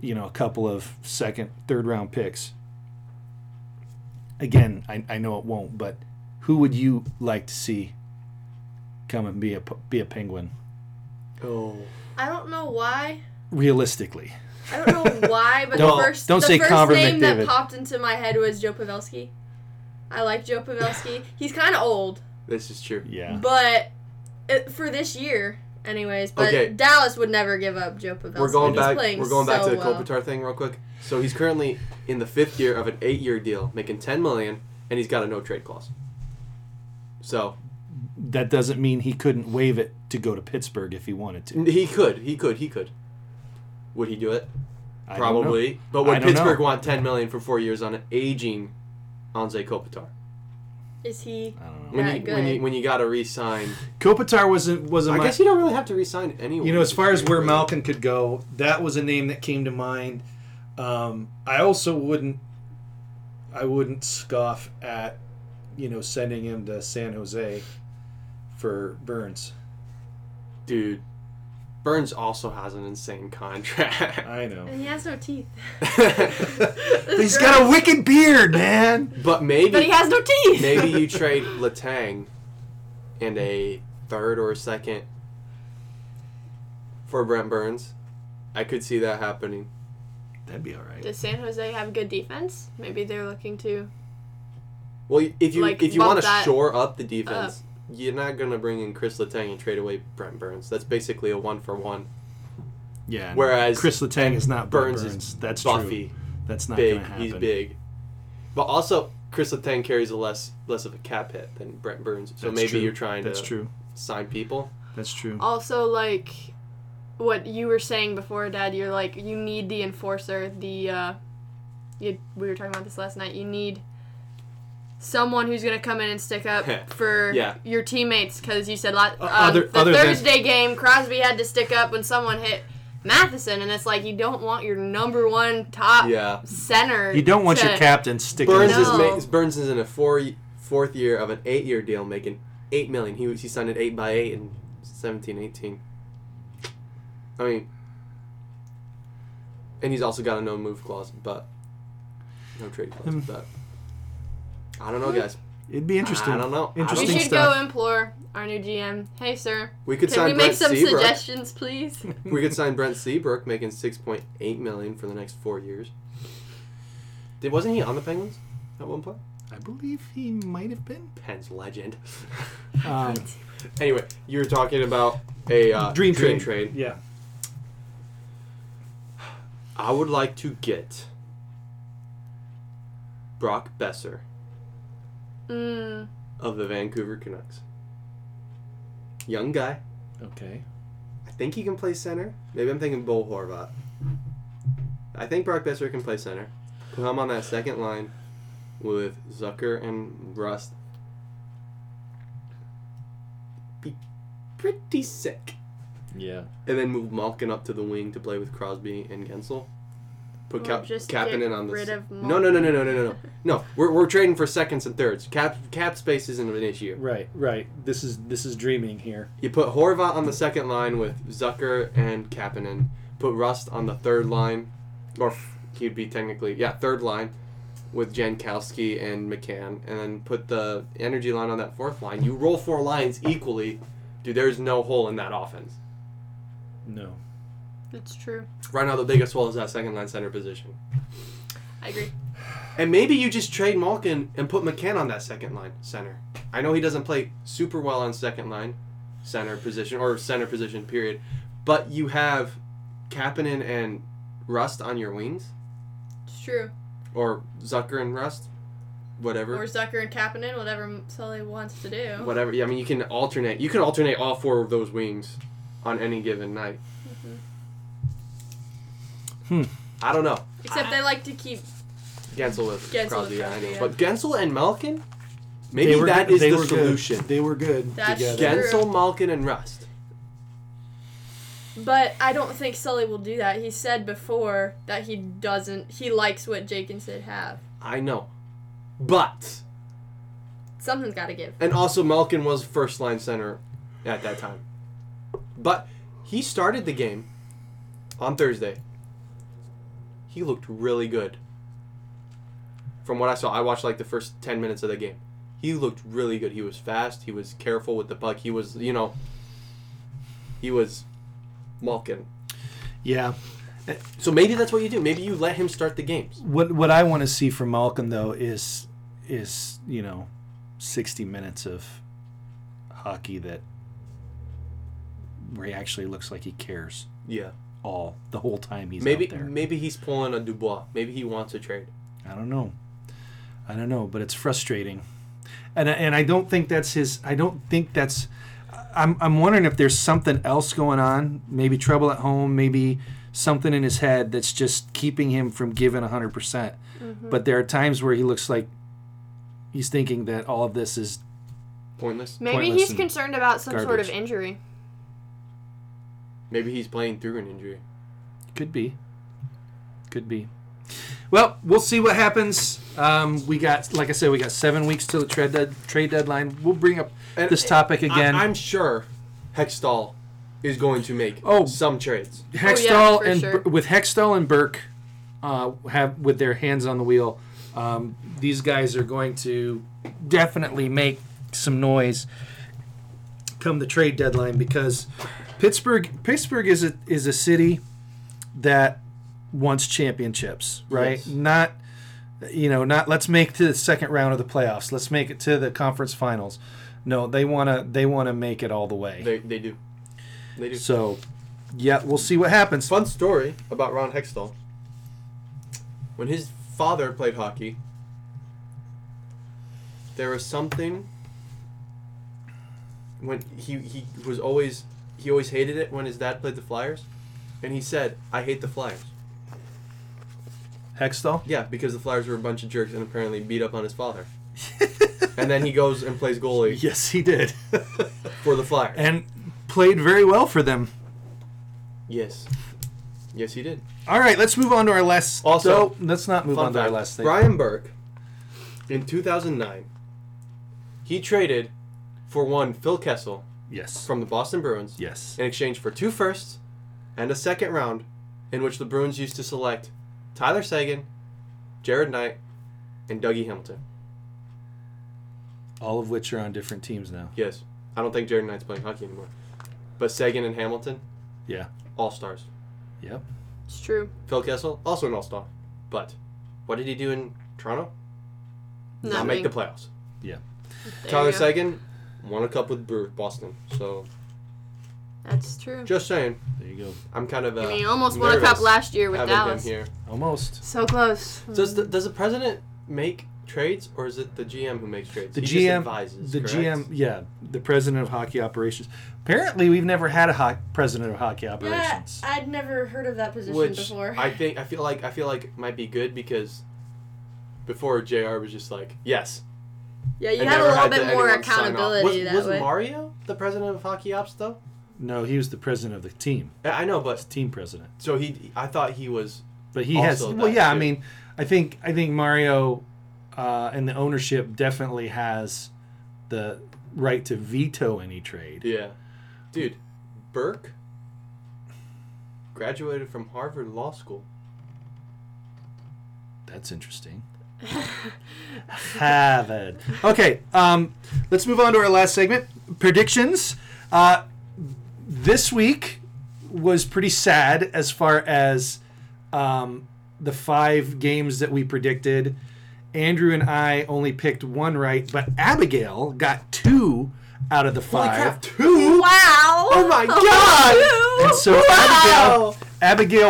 you know, a couple of second, third round picks. Again, I, I know it won't, but who would you like to see come and be a p- be a penguin
Oh,
I don't know why.
realistically?
I don't
[laughs]
know why, but
Don't-
the first
don't
the
say
first
Conor
name
McDavid.
that popped into my head was Joe Pavelski. I like Joe Pavelski. He's kind of old,
this is true.
Yeah.
but it, for this year, anyways. But
Okay.
Dallas would never give up Joe Pavelski.
We're going
He's
back.
playing
We're going back
so
to the
well.
Kopitar thing real quick. So he's currently in the fifth year of an eight-year deal, making ten million, and he's got a no-trade clause. So
That doesn't mean he couldn't waive it to go to Pittsburgh if he wanted to.
he could, he could, he could. Would he do it?
I don't know.
Probably. But
I
would
don't
Pittsburgh
know.
want ten million for four years on an aging Anze Kopitar?
Is he?
I don't know.
When
Yeah,
you when you
good.
when you gotta re-sign,
Kopitar wasn't wasn't
I
my.
guess you don't really have to re-sign anyone.
you know, as far as where Malkin could go, that was a name that came to mind. Um, I also wouldn't, I wouldn't scoff at, you know, sending him to San Jose for Burns.
dude, Burns also has an insane contract. [laughs]
I know.
And he has no teeth.
He's got a wicked beard, man.
but maybe
But he has no teeth.
maybe
[laughs]
you trade Latang and a third or a second for Brent Burns. I could see that happening.
That'd be all right.
Does San Jose have good defense? Maybe they're looking to.
Well, if you
Like,
if you
bump
want to
that
shore up the defense, you're not gonna bring in Chris Letang and trade away Brent Burns. That's basically a one for one.
Yeah.
Whereas
Chris Letang is not Burns.
Burns is
Burns. That's
Buffy,
true. That's not
big,
Gonna happen.
he's big. But also, Chris Letang carries a less less of a cap hit than Brent Burns. So
That's
maybe
true.
you're trying
That's
to
true.
sign people.
That's true.
Also, like what you were saying before, Dad, you're like, you need the enforcer. The. Uh, you, we were talking about this last night. You need someone who's going to come in and
[laughs]
stick up for
Yeah.
your teammates because you said lot, uh,
other-
the
other than-
Thursday game, Crosby had to stick up when someone hit. Matheson, and it's like you don't want your number one top
Yeah.
center.
You don't want
to-
your captain sticking.
Burns
No.
is ma- Burns is in a four fourth year of an eight year deal, making eight million. He was- he signed an eight by eight in 17, 18. I mean, and he's also got a no move clause, but no trade clause.
Hmm.
But I don't know, guys.
It'd be interesting.
I don't know. I
We
Interesting
should
stuff.
go implore our new GM. Hey, sir,
We could
can
sign
we make
Brent
some
Seabrook.
[laughs]
suggestions, please?
We could sign Brent Seabrook, making six point eight million for the next four years. Did wasn't he on the Penguins at one point?
I believe he might have been.
Penn's legend. [laughs]
Um,
anyway, you were talking about a uh,
dream,
dream
trade.
train.
Yeah.
I would like to get Brock Besser
Mm,
of the Vancouver Canucks. Young guy.
Okay.
I think he can play center. Maybe I'm thinking Bo Horvat. I think Brock Besser can play center. come on that second line with Zucker and Rust be pretty sick.
Yeah.
And then move Malkin up to the wing to play with Crosby and Gensel. Put
Well,
Cap-
just
Kapanen
get
on the
rid
s-
of
no, no, no, no, no, no, no, no. No, we're, we're trading for seconds and thirds. Cap cap space isn't an issue.
Right. Right. This is this is dreaming here.
You put Horvat on the second line with Zucker and Kapanen. Put Rust on the third line, or f- he'd be technically yeah third line, with Jankowski and McCann, and then put the energy line on that fourth line. You roll four lines equally, dude. There's no hole in that offense.
No.
It's true.
Right now, the biggest hole is that second line center position.
I agree.
And maybe you just trade Malkin and put McCann on that second line center. I know he doesn't play super well on second line center position or center position period, but you have Kapanen and Rust on your wings
It's true.
or Zucker and Rust,
Or
whatever,
Zucker and Kapanen, whatever Sully wants to do.
whatever. Yeah, I mean you can alternate. You can alternate all four of those wings on any given night.
Mm-hmm.
Hmm. I don't know.
Except they like to keep.
Gensel with
Gensel with
Crosby, yeah, I
Crosby,
know.
yeah.
But Gensel and Malkin, maybe that is the solution.
Good. They were good
That's
together.
true.
Gensel, Malkin, and Rust.
But I don't think Sully will do that. He said before that he doesn't. He likes what Jake and Sid have.
I know. But
Something's got to give.
and also Malkin was first line center at that time. But he started the game on Thursday. He looked really good. From what I saw, I watched like the first 10 minutes of the game. He looked really good. He was fast, he was careful with the puck. He was, you know, he was Malkin.
Yeah.
So maybe that's what you do. Maybe you let him start the games.
What what I want to see from Malcolm though is is you know, sixty minutes of hockey that where he actually looks like he cares
Yeah.
all the whole time he's
Maybe
out there.
maybe he's pulling a Dubois. Maybe he wants a trade.
I don't know. I don't know, but it's frustrating. And I- and I don't think that's his I don't think that's I'm I'm wondering if there's something else going on, maybe trouble at home, maybe something in his head that's just keeping him from giving 100%. percent But there are times where he looks like he's thinking that all of this is
Pointless.
Maybe
Pointless
he's
and
concerned about some sort
garbage.
of injury.
Maybe he's playing through an injury.
could be could be. Well, we'll see what happens. Um, we got like I said, we got 7 weeks till the trade dead, trade deadline. We'll bring up
And-
this topic again.
I, am sure Hextall is going to make
Oh.
some trades.
Hextall
for
and
sure.
with Hextall and Burke uh, have with their hands on the wheel. Um, these guys are going to definitely make some noise come the trade deadline because Pittsburgh Pittsburgh is a is a city that wants championships, right?
Yes.
Not you know, not let's make it to the second round of the playoffs. Let's make it to the conference finals. No, they wanna they wanna make it all the way.
They, they do. They do.
so yeah, we'll see what happens.
Fun story about Ron Hextall. When his father played hockey, there was something when he, he was always he always hated it when his dad played the Flyers. And he said, I hate the Flyers.
Hextall?
Yeah, because the Flyers were a bunch of jerks and apparently beat up on
[laughs]
his father. and then he goes and plays goalie
Yes, he did.
for the Flyers.
and played very well for them.
Yes. Yes, he did.
All right, let's move on to our last.
Also-
No, let's not move
Fun
on to our
fact,
last thing.
Brian Burke, in 2009, he traded for one Phil Kessel
yes.
from the Boston Bruins
yes.
in exchange for two firsts and a second round, in which the Bruins used to select Tyler Sagan, Jared Knight, and Dougie Hamilton.
All of which are on different teams now.
Yes, I don't think Jared Knight's playing hockey anymore, but Sagan and Hamilton,
Yeah.
all stars.
Yep.
It's true.
Phil Kessel, also an all star, but what did he do in Toronto? Not make
Nothing.
the playoffs.
Yeah.
There
Tyler
you go.
Sagan won a cup with Brew Boston. So
That's true.
just saying,
There you go.
I'm kind of. Uh,
I mean, he almost won a cup
nervous
last year with
having him
Dallas. Hmm.
here.
Almost.
So close.
Does the, does the president make trades, or is it the GM who makes trades?
The
He just
GM.
advises,
the
correct?
GM. Yeah. The president of hockey operations. Apparently, we've never had a ho- president of hockey operations.
I'd never heard of that position
which I think I feel like I feel like might be good because Before JR was just like, yes.
Yeah, you
I
had a
never
little
had
bit
to-
more
anyone sign off. Was,
accountability that
was
way.
Mario the president of hockey ops though?
No, he was the president of the team,
I I know, but
team president.
so he, I thought he was.
But he has.
Also
Well,
that,
yeah. I
too.
mean, I think I think Mario uh, and the ownership definitely has the right to veto any trade.
Yeah, dude, Burke graduated from Harvard Law School.
That's interesting. [laughs] Harvard.
Okay, um, let's move on to our last segment predictions. Uh,
This week was pretty sad as far as um, the five games that we predicted. Andrew and I only picked one right, but Abigail got two out of the five.
two!
Wow.
Oh
[laughs]
my
God! And so
Wow!
Abigail,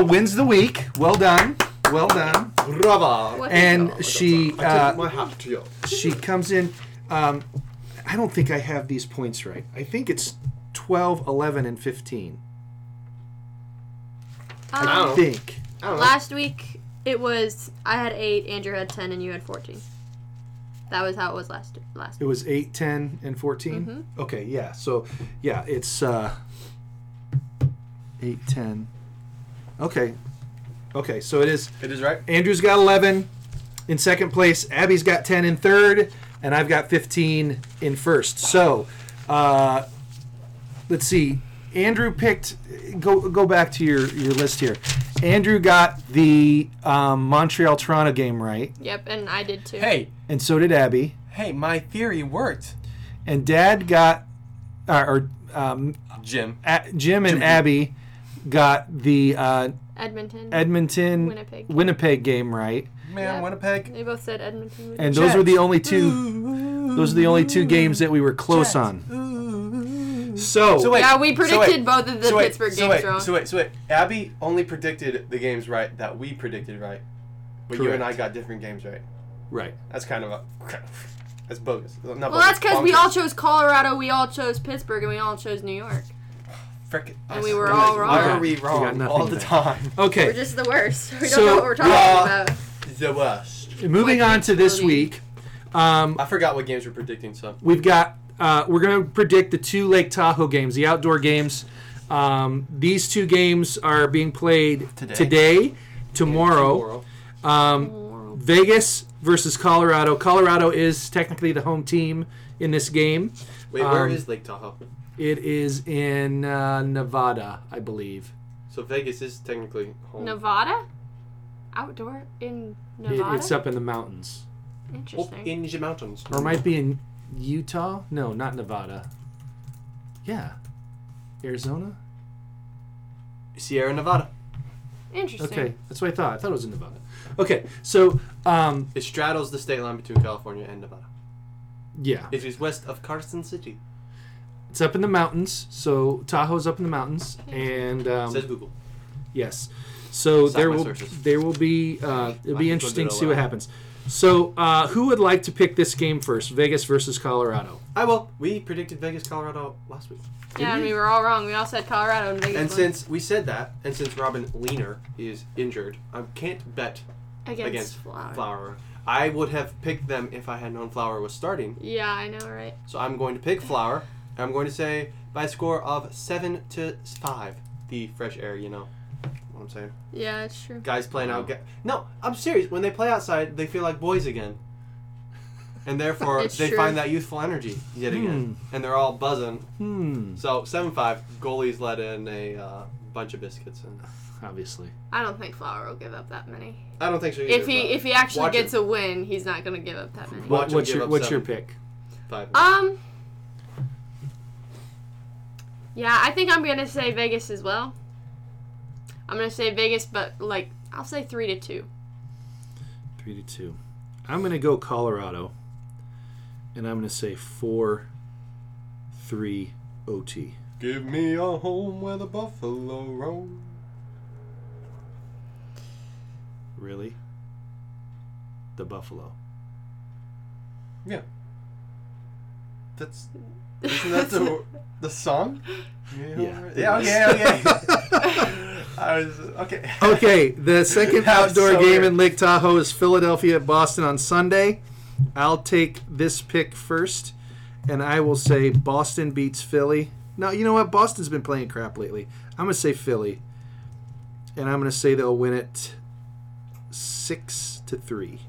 Abigail wins the week. Well done. Well done.
Bravo!
What the
And
hell?
she
I
uh,
take my hat to you.
she comes in. Um, I don't think I have these points right. I think it's 12, 11, and 15.
I
Um,
don't know.
I think.
I don't know.
last week it was I had eight, Andrew had ten, and you had fourteen. That was how it was last last.
It was 8, 10, and 14? Okay, yeah. So, yeah, it's uh, 8, 10. Okay. Okay, so it is.
It is right.
Andrew's got 11 in second place. Abby's got 10 in third. And I've got 15 in first. So, uh, let's see. Andrew picked. Go go back to your, your list here. Andrew got the um, Montreal Toronto game right,
Yep, and I did too.
Hey,
and so did Abby.
hey, my theory worked.
And Dad got, uh, or um,
Jim.
A- Jim and Abby got the uh,
Edmonton.
Edmonton
Winnipeg.
Winnipeg game right.
Man,
Yeah.
Winnipeg.
they both said Edmonton. was-
and those were the only two those are the only two games that we were close on so,
So wait,
yeah, we
so wait,
predicted both of the
so wait,
Pittsburgh
so
games
wait,
wrong.
So wait, so wait. Abby only predicted the games right that we predicted right, but you and I got different games right.
right
That's kind of a [laughs] that's bogus. Not
Well, that's because we all chose Colorado, we all chose Pittsburgh, and we all chose New York.
frickin'
and we were all wrong.
Why are we
got
wrong
nothing
all the
back. [laughs]
time?
We're
okay
just the
[laughs]
worst. We don't
So,
know what we're talking
uh,
about.
the worst.
moving on to this
Flexibility.
week um,
I forgot what games we're predicting. So
we've got uh, we're going to predict the two lake tahoe games the outdoor games um, these two games are being played
Today.
today tomorrow
tomorrow.
Um, vegas versus colorado colorado is technically the home team in this game
Wait, where
Um,
is Lake Tahoe?
it is in uh, nevada i believe
So Vegas is technically home.
Nevada? Outdoor in
It-
Nevada?
it's up in the mountains
Up
Interesting.
in the mountains.
or it might be in Utah. No, not Nevada. Yeah, Arizona.
Sierra Nevada.
Interesting.
Okay, that's what I thought. I thought it was in Nevada. Okay, so um,
It straddles the state line between California and Nevada.
yeah,
It is west of Carson City.
it's up in the mountains. So Tahoe's up in the mountains, and
Says
um,
Google.
yes, so
Cite
there
my
will
sources.
there will be uh, it'll
I
be
can
interesting
put
to
it
see what
all out.
happens. So uh, who would like to pick this game first? Vegas versus Colorado.
I will. We predicted Vegas, Colorado last week.
Yeah, and we were all wrong. We all said Colorado and Vegas.
And
won.
since we said that, and since Robin Leaner is injured, I can't bet
against,
against
Flower.
Flower. I would have picked them if I had known Flower was starting.
Yeah, I know, right?
So I'm going to pick Flower. and I'm going to say by a score of seven to five. The fresh air, you know. What I'm saying.
Yeah, it's true.
Guys playing out. ga- No, I'm serious. When they play outside, they feel like boys again. And therefore,
[laughs] It's
they
true.
find that youthful energy yet again. And they're all buzzing.
Hmm.
So, 7 5, goalies let in a uh, bunch of biscuits. And
Obviously.
I don't think Flower will give up that many.
I don't think so.
If he if he actually
Watch
gets
him.
a win, he's not gonna give up that many.
What,
Watch him
what's
give
your
up
what's your
seven.
pick?
Five.
Um. Yeah, I think I'm gonna say Vegas as well. I'm gonna say Vegas, but like I'll say three to two.
Three to two. I'm gonna go Colorado, and I'm gonna say four, three OT.
Give me a home where the buffalo roam.
Really? The Buffalo.
Yeah. That's. Isn't that the, the song?
Yeah.
Yeah, okay, okay.
I was okay.
Okay, the second
That's
outdoor
so
game
weird.
in Lake Tahoe is Philadelphia at Boston on Sunday. I'll take this pick first, and I will say Boston beats Philly. No, you know what? Boston's been playing crap lately. I'm going to say Philly, and I'm going to say they'll win it six to three.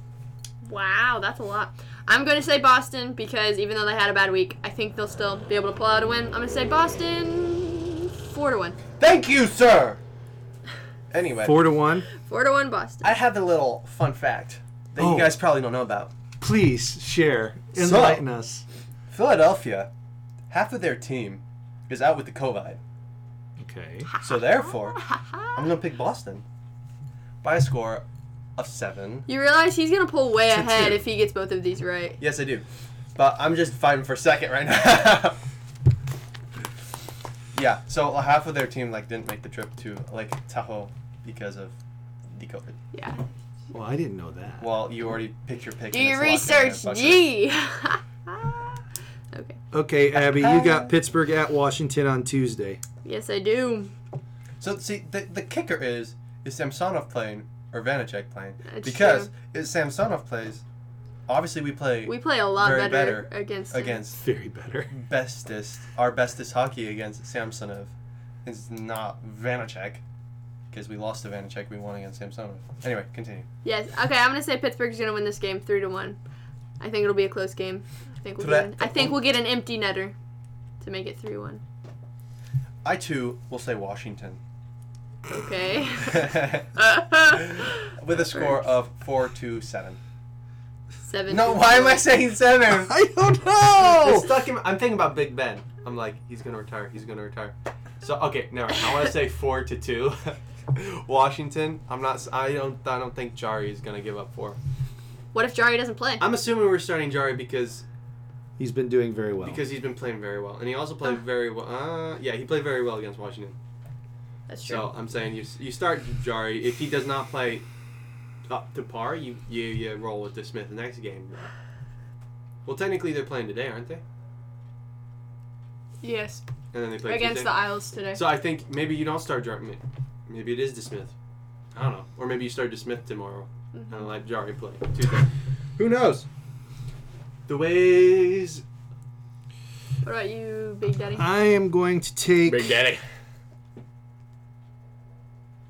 Wow, that's a lot. I'm going to say Boston because even though they had a bad week, I think they'll still be able to pull out a win. I'm going to say Boston 4 to 1.
Thank you, sir. Anyway,
Four to one.
4 to 1 Boston.
I have a little fun fact that
Oh.
you guys probably don't know about.
Please share. Enlighten us.
Philadelphia, half of their team is out with the COVID,
Okay.
so therefore, I'm gonna pick Boston by a score of seven.
You realize he's going to pull way
two.
ahead if he gets both of these right.
Yes, I do, but I'm just fighting for second right now. [laughs] yeah, so half of their team like didn't make the trip to Lake Tahoe because of the COVID.
Yeah.
Well, I didn't know that.
Well, you already picked your pick.
Do
and
your
it's locked in there,
research,
but-
G. [laughs]
Okay, Abby, you got Pittsburgh at Washington on Tuesday.
yes, I do.
So see, the, the kicker is is Samsonov playing or Vanacek playing?
That's
because if Samsonov plays, obviously we play
We play a lot
Very
better,
better
against him.
against
Very better.
bestest our bestest hockey against Samsonov. It's not Vanacek because we lost to Vanacek. We won against Samsonov. Anyway, continue.
Yes. Okay, I'm gonna say Pittsburgh's gonna win this game three to one. I think it'll be a close game. I think we'll get an, I think we'll get an empty netter to make it three one.
I too will say Washington [laughs]
Okay. [laughs]
with a score of four to seven.
Seven.
No,
to
why am
one.
I saying seven?
[laughs] I don't know.
It's stuck in, I'm thinking about Big Ben. I'm like, he's gonna retire. He's gonna retire. So okay, never. mind. I want to say four to two, [laughs] Washington. I'm not. s- I don't. I don't think Jari is gonna give up four.
What if Jari doesn't play?
I'm assuming we're starting Jari because
He's been doing very well.
because he's been playing very well, and he also
Oh.
played very well. Uh, yeah, he played very well against Washington.
That's true.
So I'm saying you you start Jari. If he does not play up to par, you you, you roll with the Smith the next game. Well, technically they're playing today, aren't they?
yes.
And then they play
against
Tuesday.
the Isles today.
So I think maybe you don't start Jar. may- Maybe it is DeSmith. I don't know. Or maybe you start DeSmith tomorrow
Mm-hmm.
and let Jari play Tuesday.
Who knows?
The ways.
what about you, Big
[laughs]
Daddy?
I am going to take.
Daddy.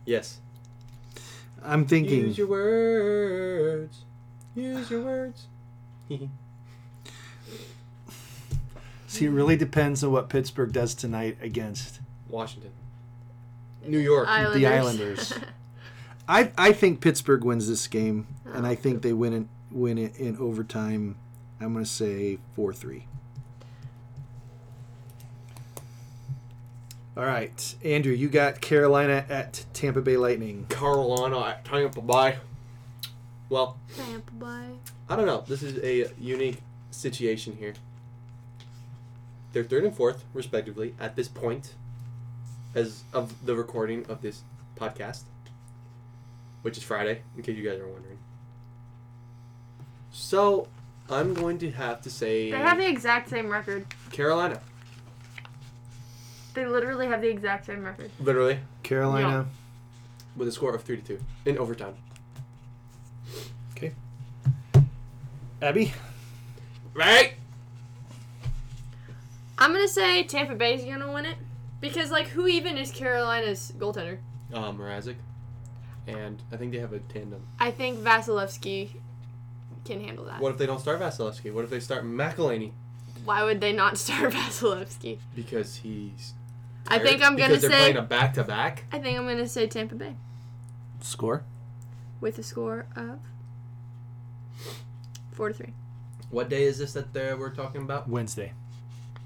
Yes.
I'm thinking.
Use your words. Use your words.
See, it really depends on what Pittsburgh does tonight against
[sighs] Washington. New York.
Islanders.
the Islanders.
[laughs] I I think Pittsburgh wins this game, and
Oh,
I think they win it win it in overtime. I'm going to say four three. All right, Andrew, you got Carolina at Tampa Bay Lightning.
Carolina at Tampa Bay. Well,
Tampa Bay.
I don't know. This is a unique situation here. They're third and fourth, respectively, at this point, as of the recording of this podcast, which is Friday, in case you guys are wondering. So, I'm going to have to say
They have the exact same record.
Carolina,
They literally have the exact same record.
literally,
Carolina.
with a score of 3 to 2 in overtime.
Abby.
Right?
I'm gonna say Tampa Bay's gonna win it because like who even is Carolina's goaltender?
Uh, Mrazek. And I think they have a tandem.
I think Vasilevsky can handle that.
What if they don't start Vasilevsky? What if they start McElhaney?
Why would they not [laughs] start Vasilevsky?
Because he's.
I
tired?
think I'm gonna
because they're
say.
playing a back to back.
I think I'm gonna say Tampa Bay
score.
with a score of four to three.
What day is this that they're, we're talking about?
Wednesday.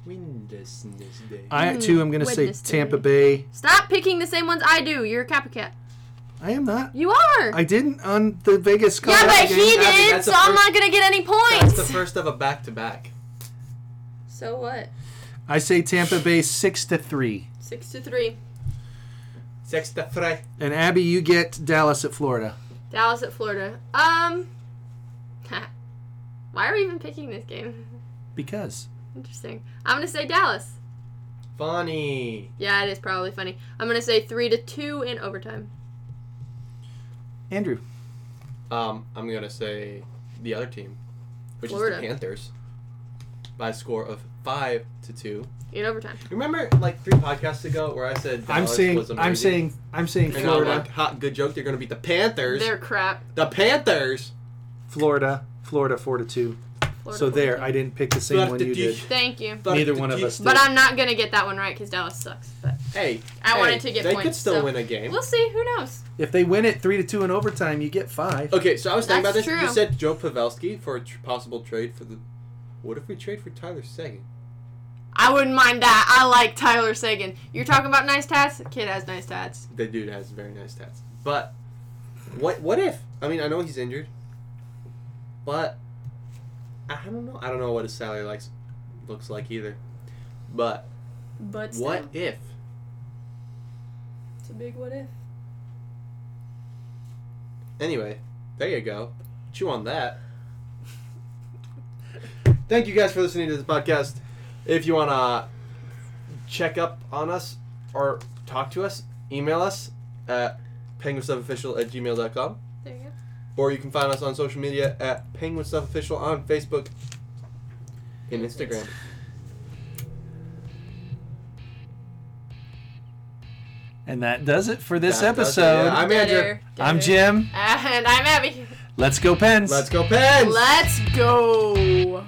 Windows Day.
I too am going to say
Wednesday.
Tampa Bay.
Stop picking the same ones I do. You're a Kappa Cat.
I am not.
You are.
I didn't on the Vegas.
yeah,
Colorado
but
game.
he
Abby,
did,
that's
so
the
I'm
first-
not gonna get any
That's the
points.
first of a back to back.
So what?
I say Tampa Bay six to three.
Six to three.
Six to three.
And Abby, you get Dallas at Florida.
Dallas at Florida. Um. [laughs] Why are we even picking this game? [laughs]
Because
Interesting. I'm gonna say Dallas.
Funny.
Yeah, it is probably funny. I'm gonna say three to two in overtime.
Andrew.
Um, I'm gonna say the other team, which
Florida.
is the Panthers, by a score of five to two.
In overtime.
Remember, like three podcasts ago, where I said
I'm
Dallas
saying
was
I'm
amazing?
saying I'm saying
And I'm
Florida,
like, hot, good joke. They're gonna beat the Panthers.
They're crap.
the Panthers.
Florida, Florida, four to two.
Florida
So there,
Florida.
I didn't pick the same one
Florida
you
D.
did.
Thank you.
Neither one of us
But I'm not gonna get that one right because Dallas sucks. But
[laughs] Hey,
I
hey,
wanted to get
They could
points,
still
so-
win a game.
we'll see. Who knows?
If they win it three to two in overtime, you get five.
Okay, so I was thinking
That's
about this. You
true.
said Joe Pavelski for a tr- possible trade for the. What if we trade for Tyler Seguin?
I wouldn't mind that. I like Tyler Sagan. You're talking about nice tats? Kid has nice tats.
The dude has very nice stats, but what what if? I mean, I know he's injured, but I don't know. I don't know what his salary likes looks like either. But
But still,
what if?
It's a big what if.
Anyway, there you go. Chew on that. [laughs] Thank you guys for listening to this podcast. If you want to check up on us or talk to us, email us at penguinstuffofficial at gmail.com.
There you go.
Or you can find us on social media at Penguin Stuff Official on Facebook and Instagram.
And that does it for this
That does it,
episode.
yeah. I'm Andrew.
Better,
I'm
better.
Jim.
And I'm Abby.
Let's go, Pens.
Let's go, Pens!
Let's go.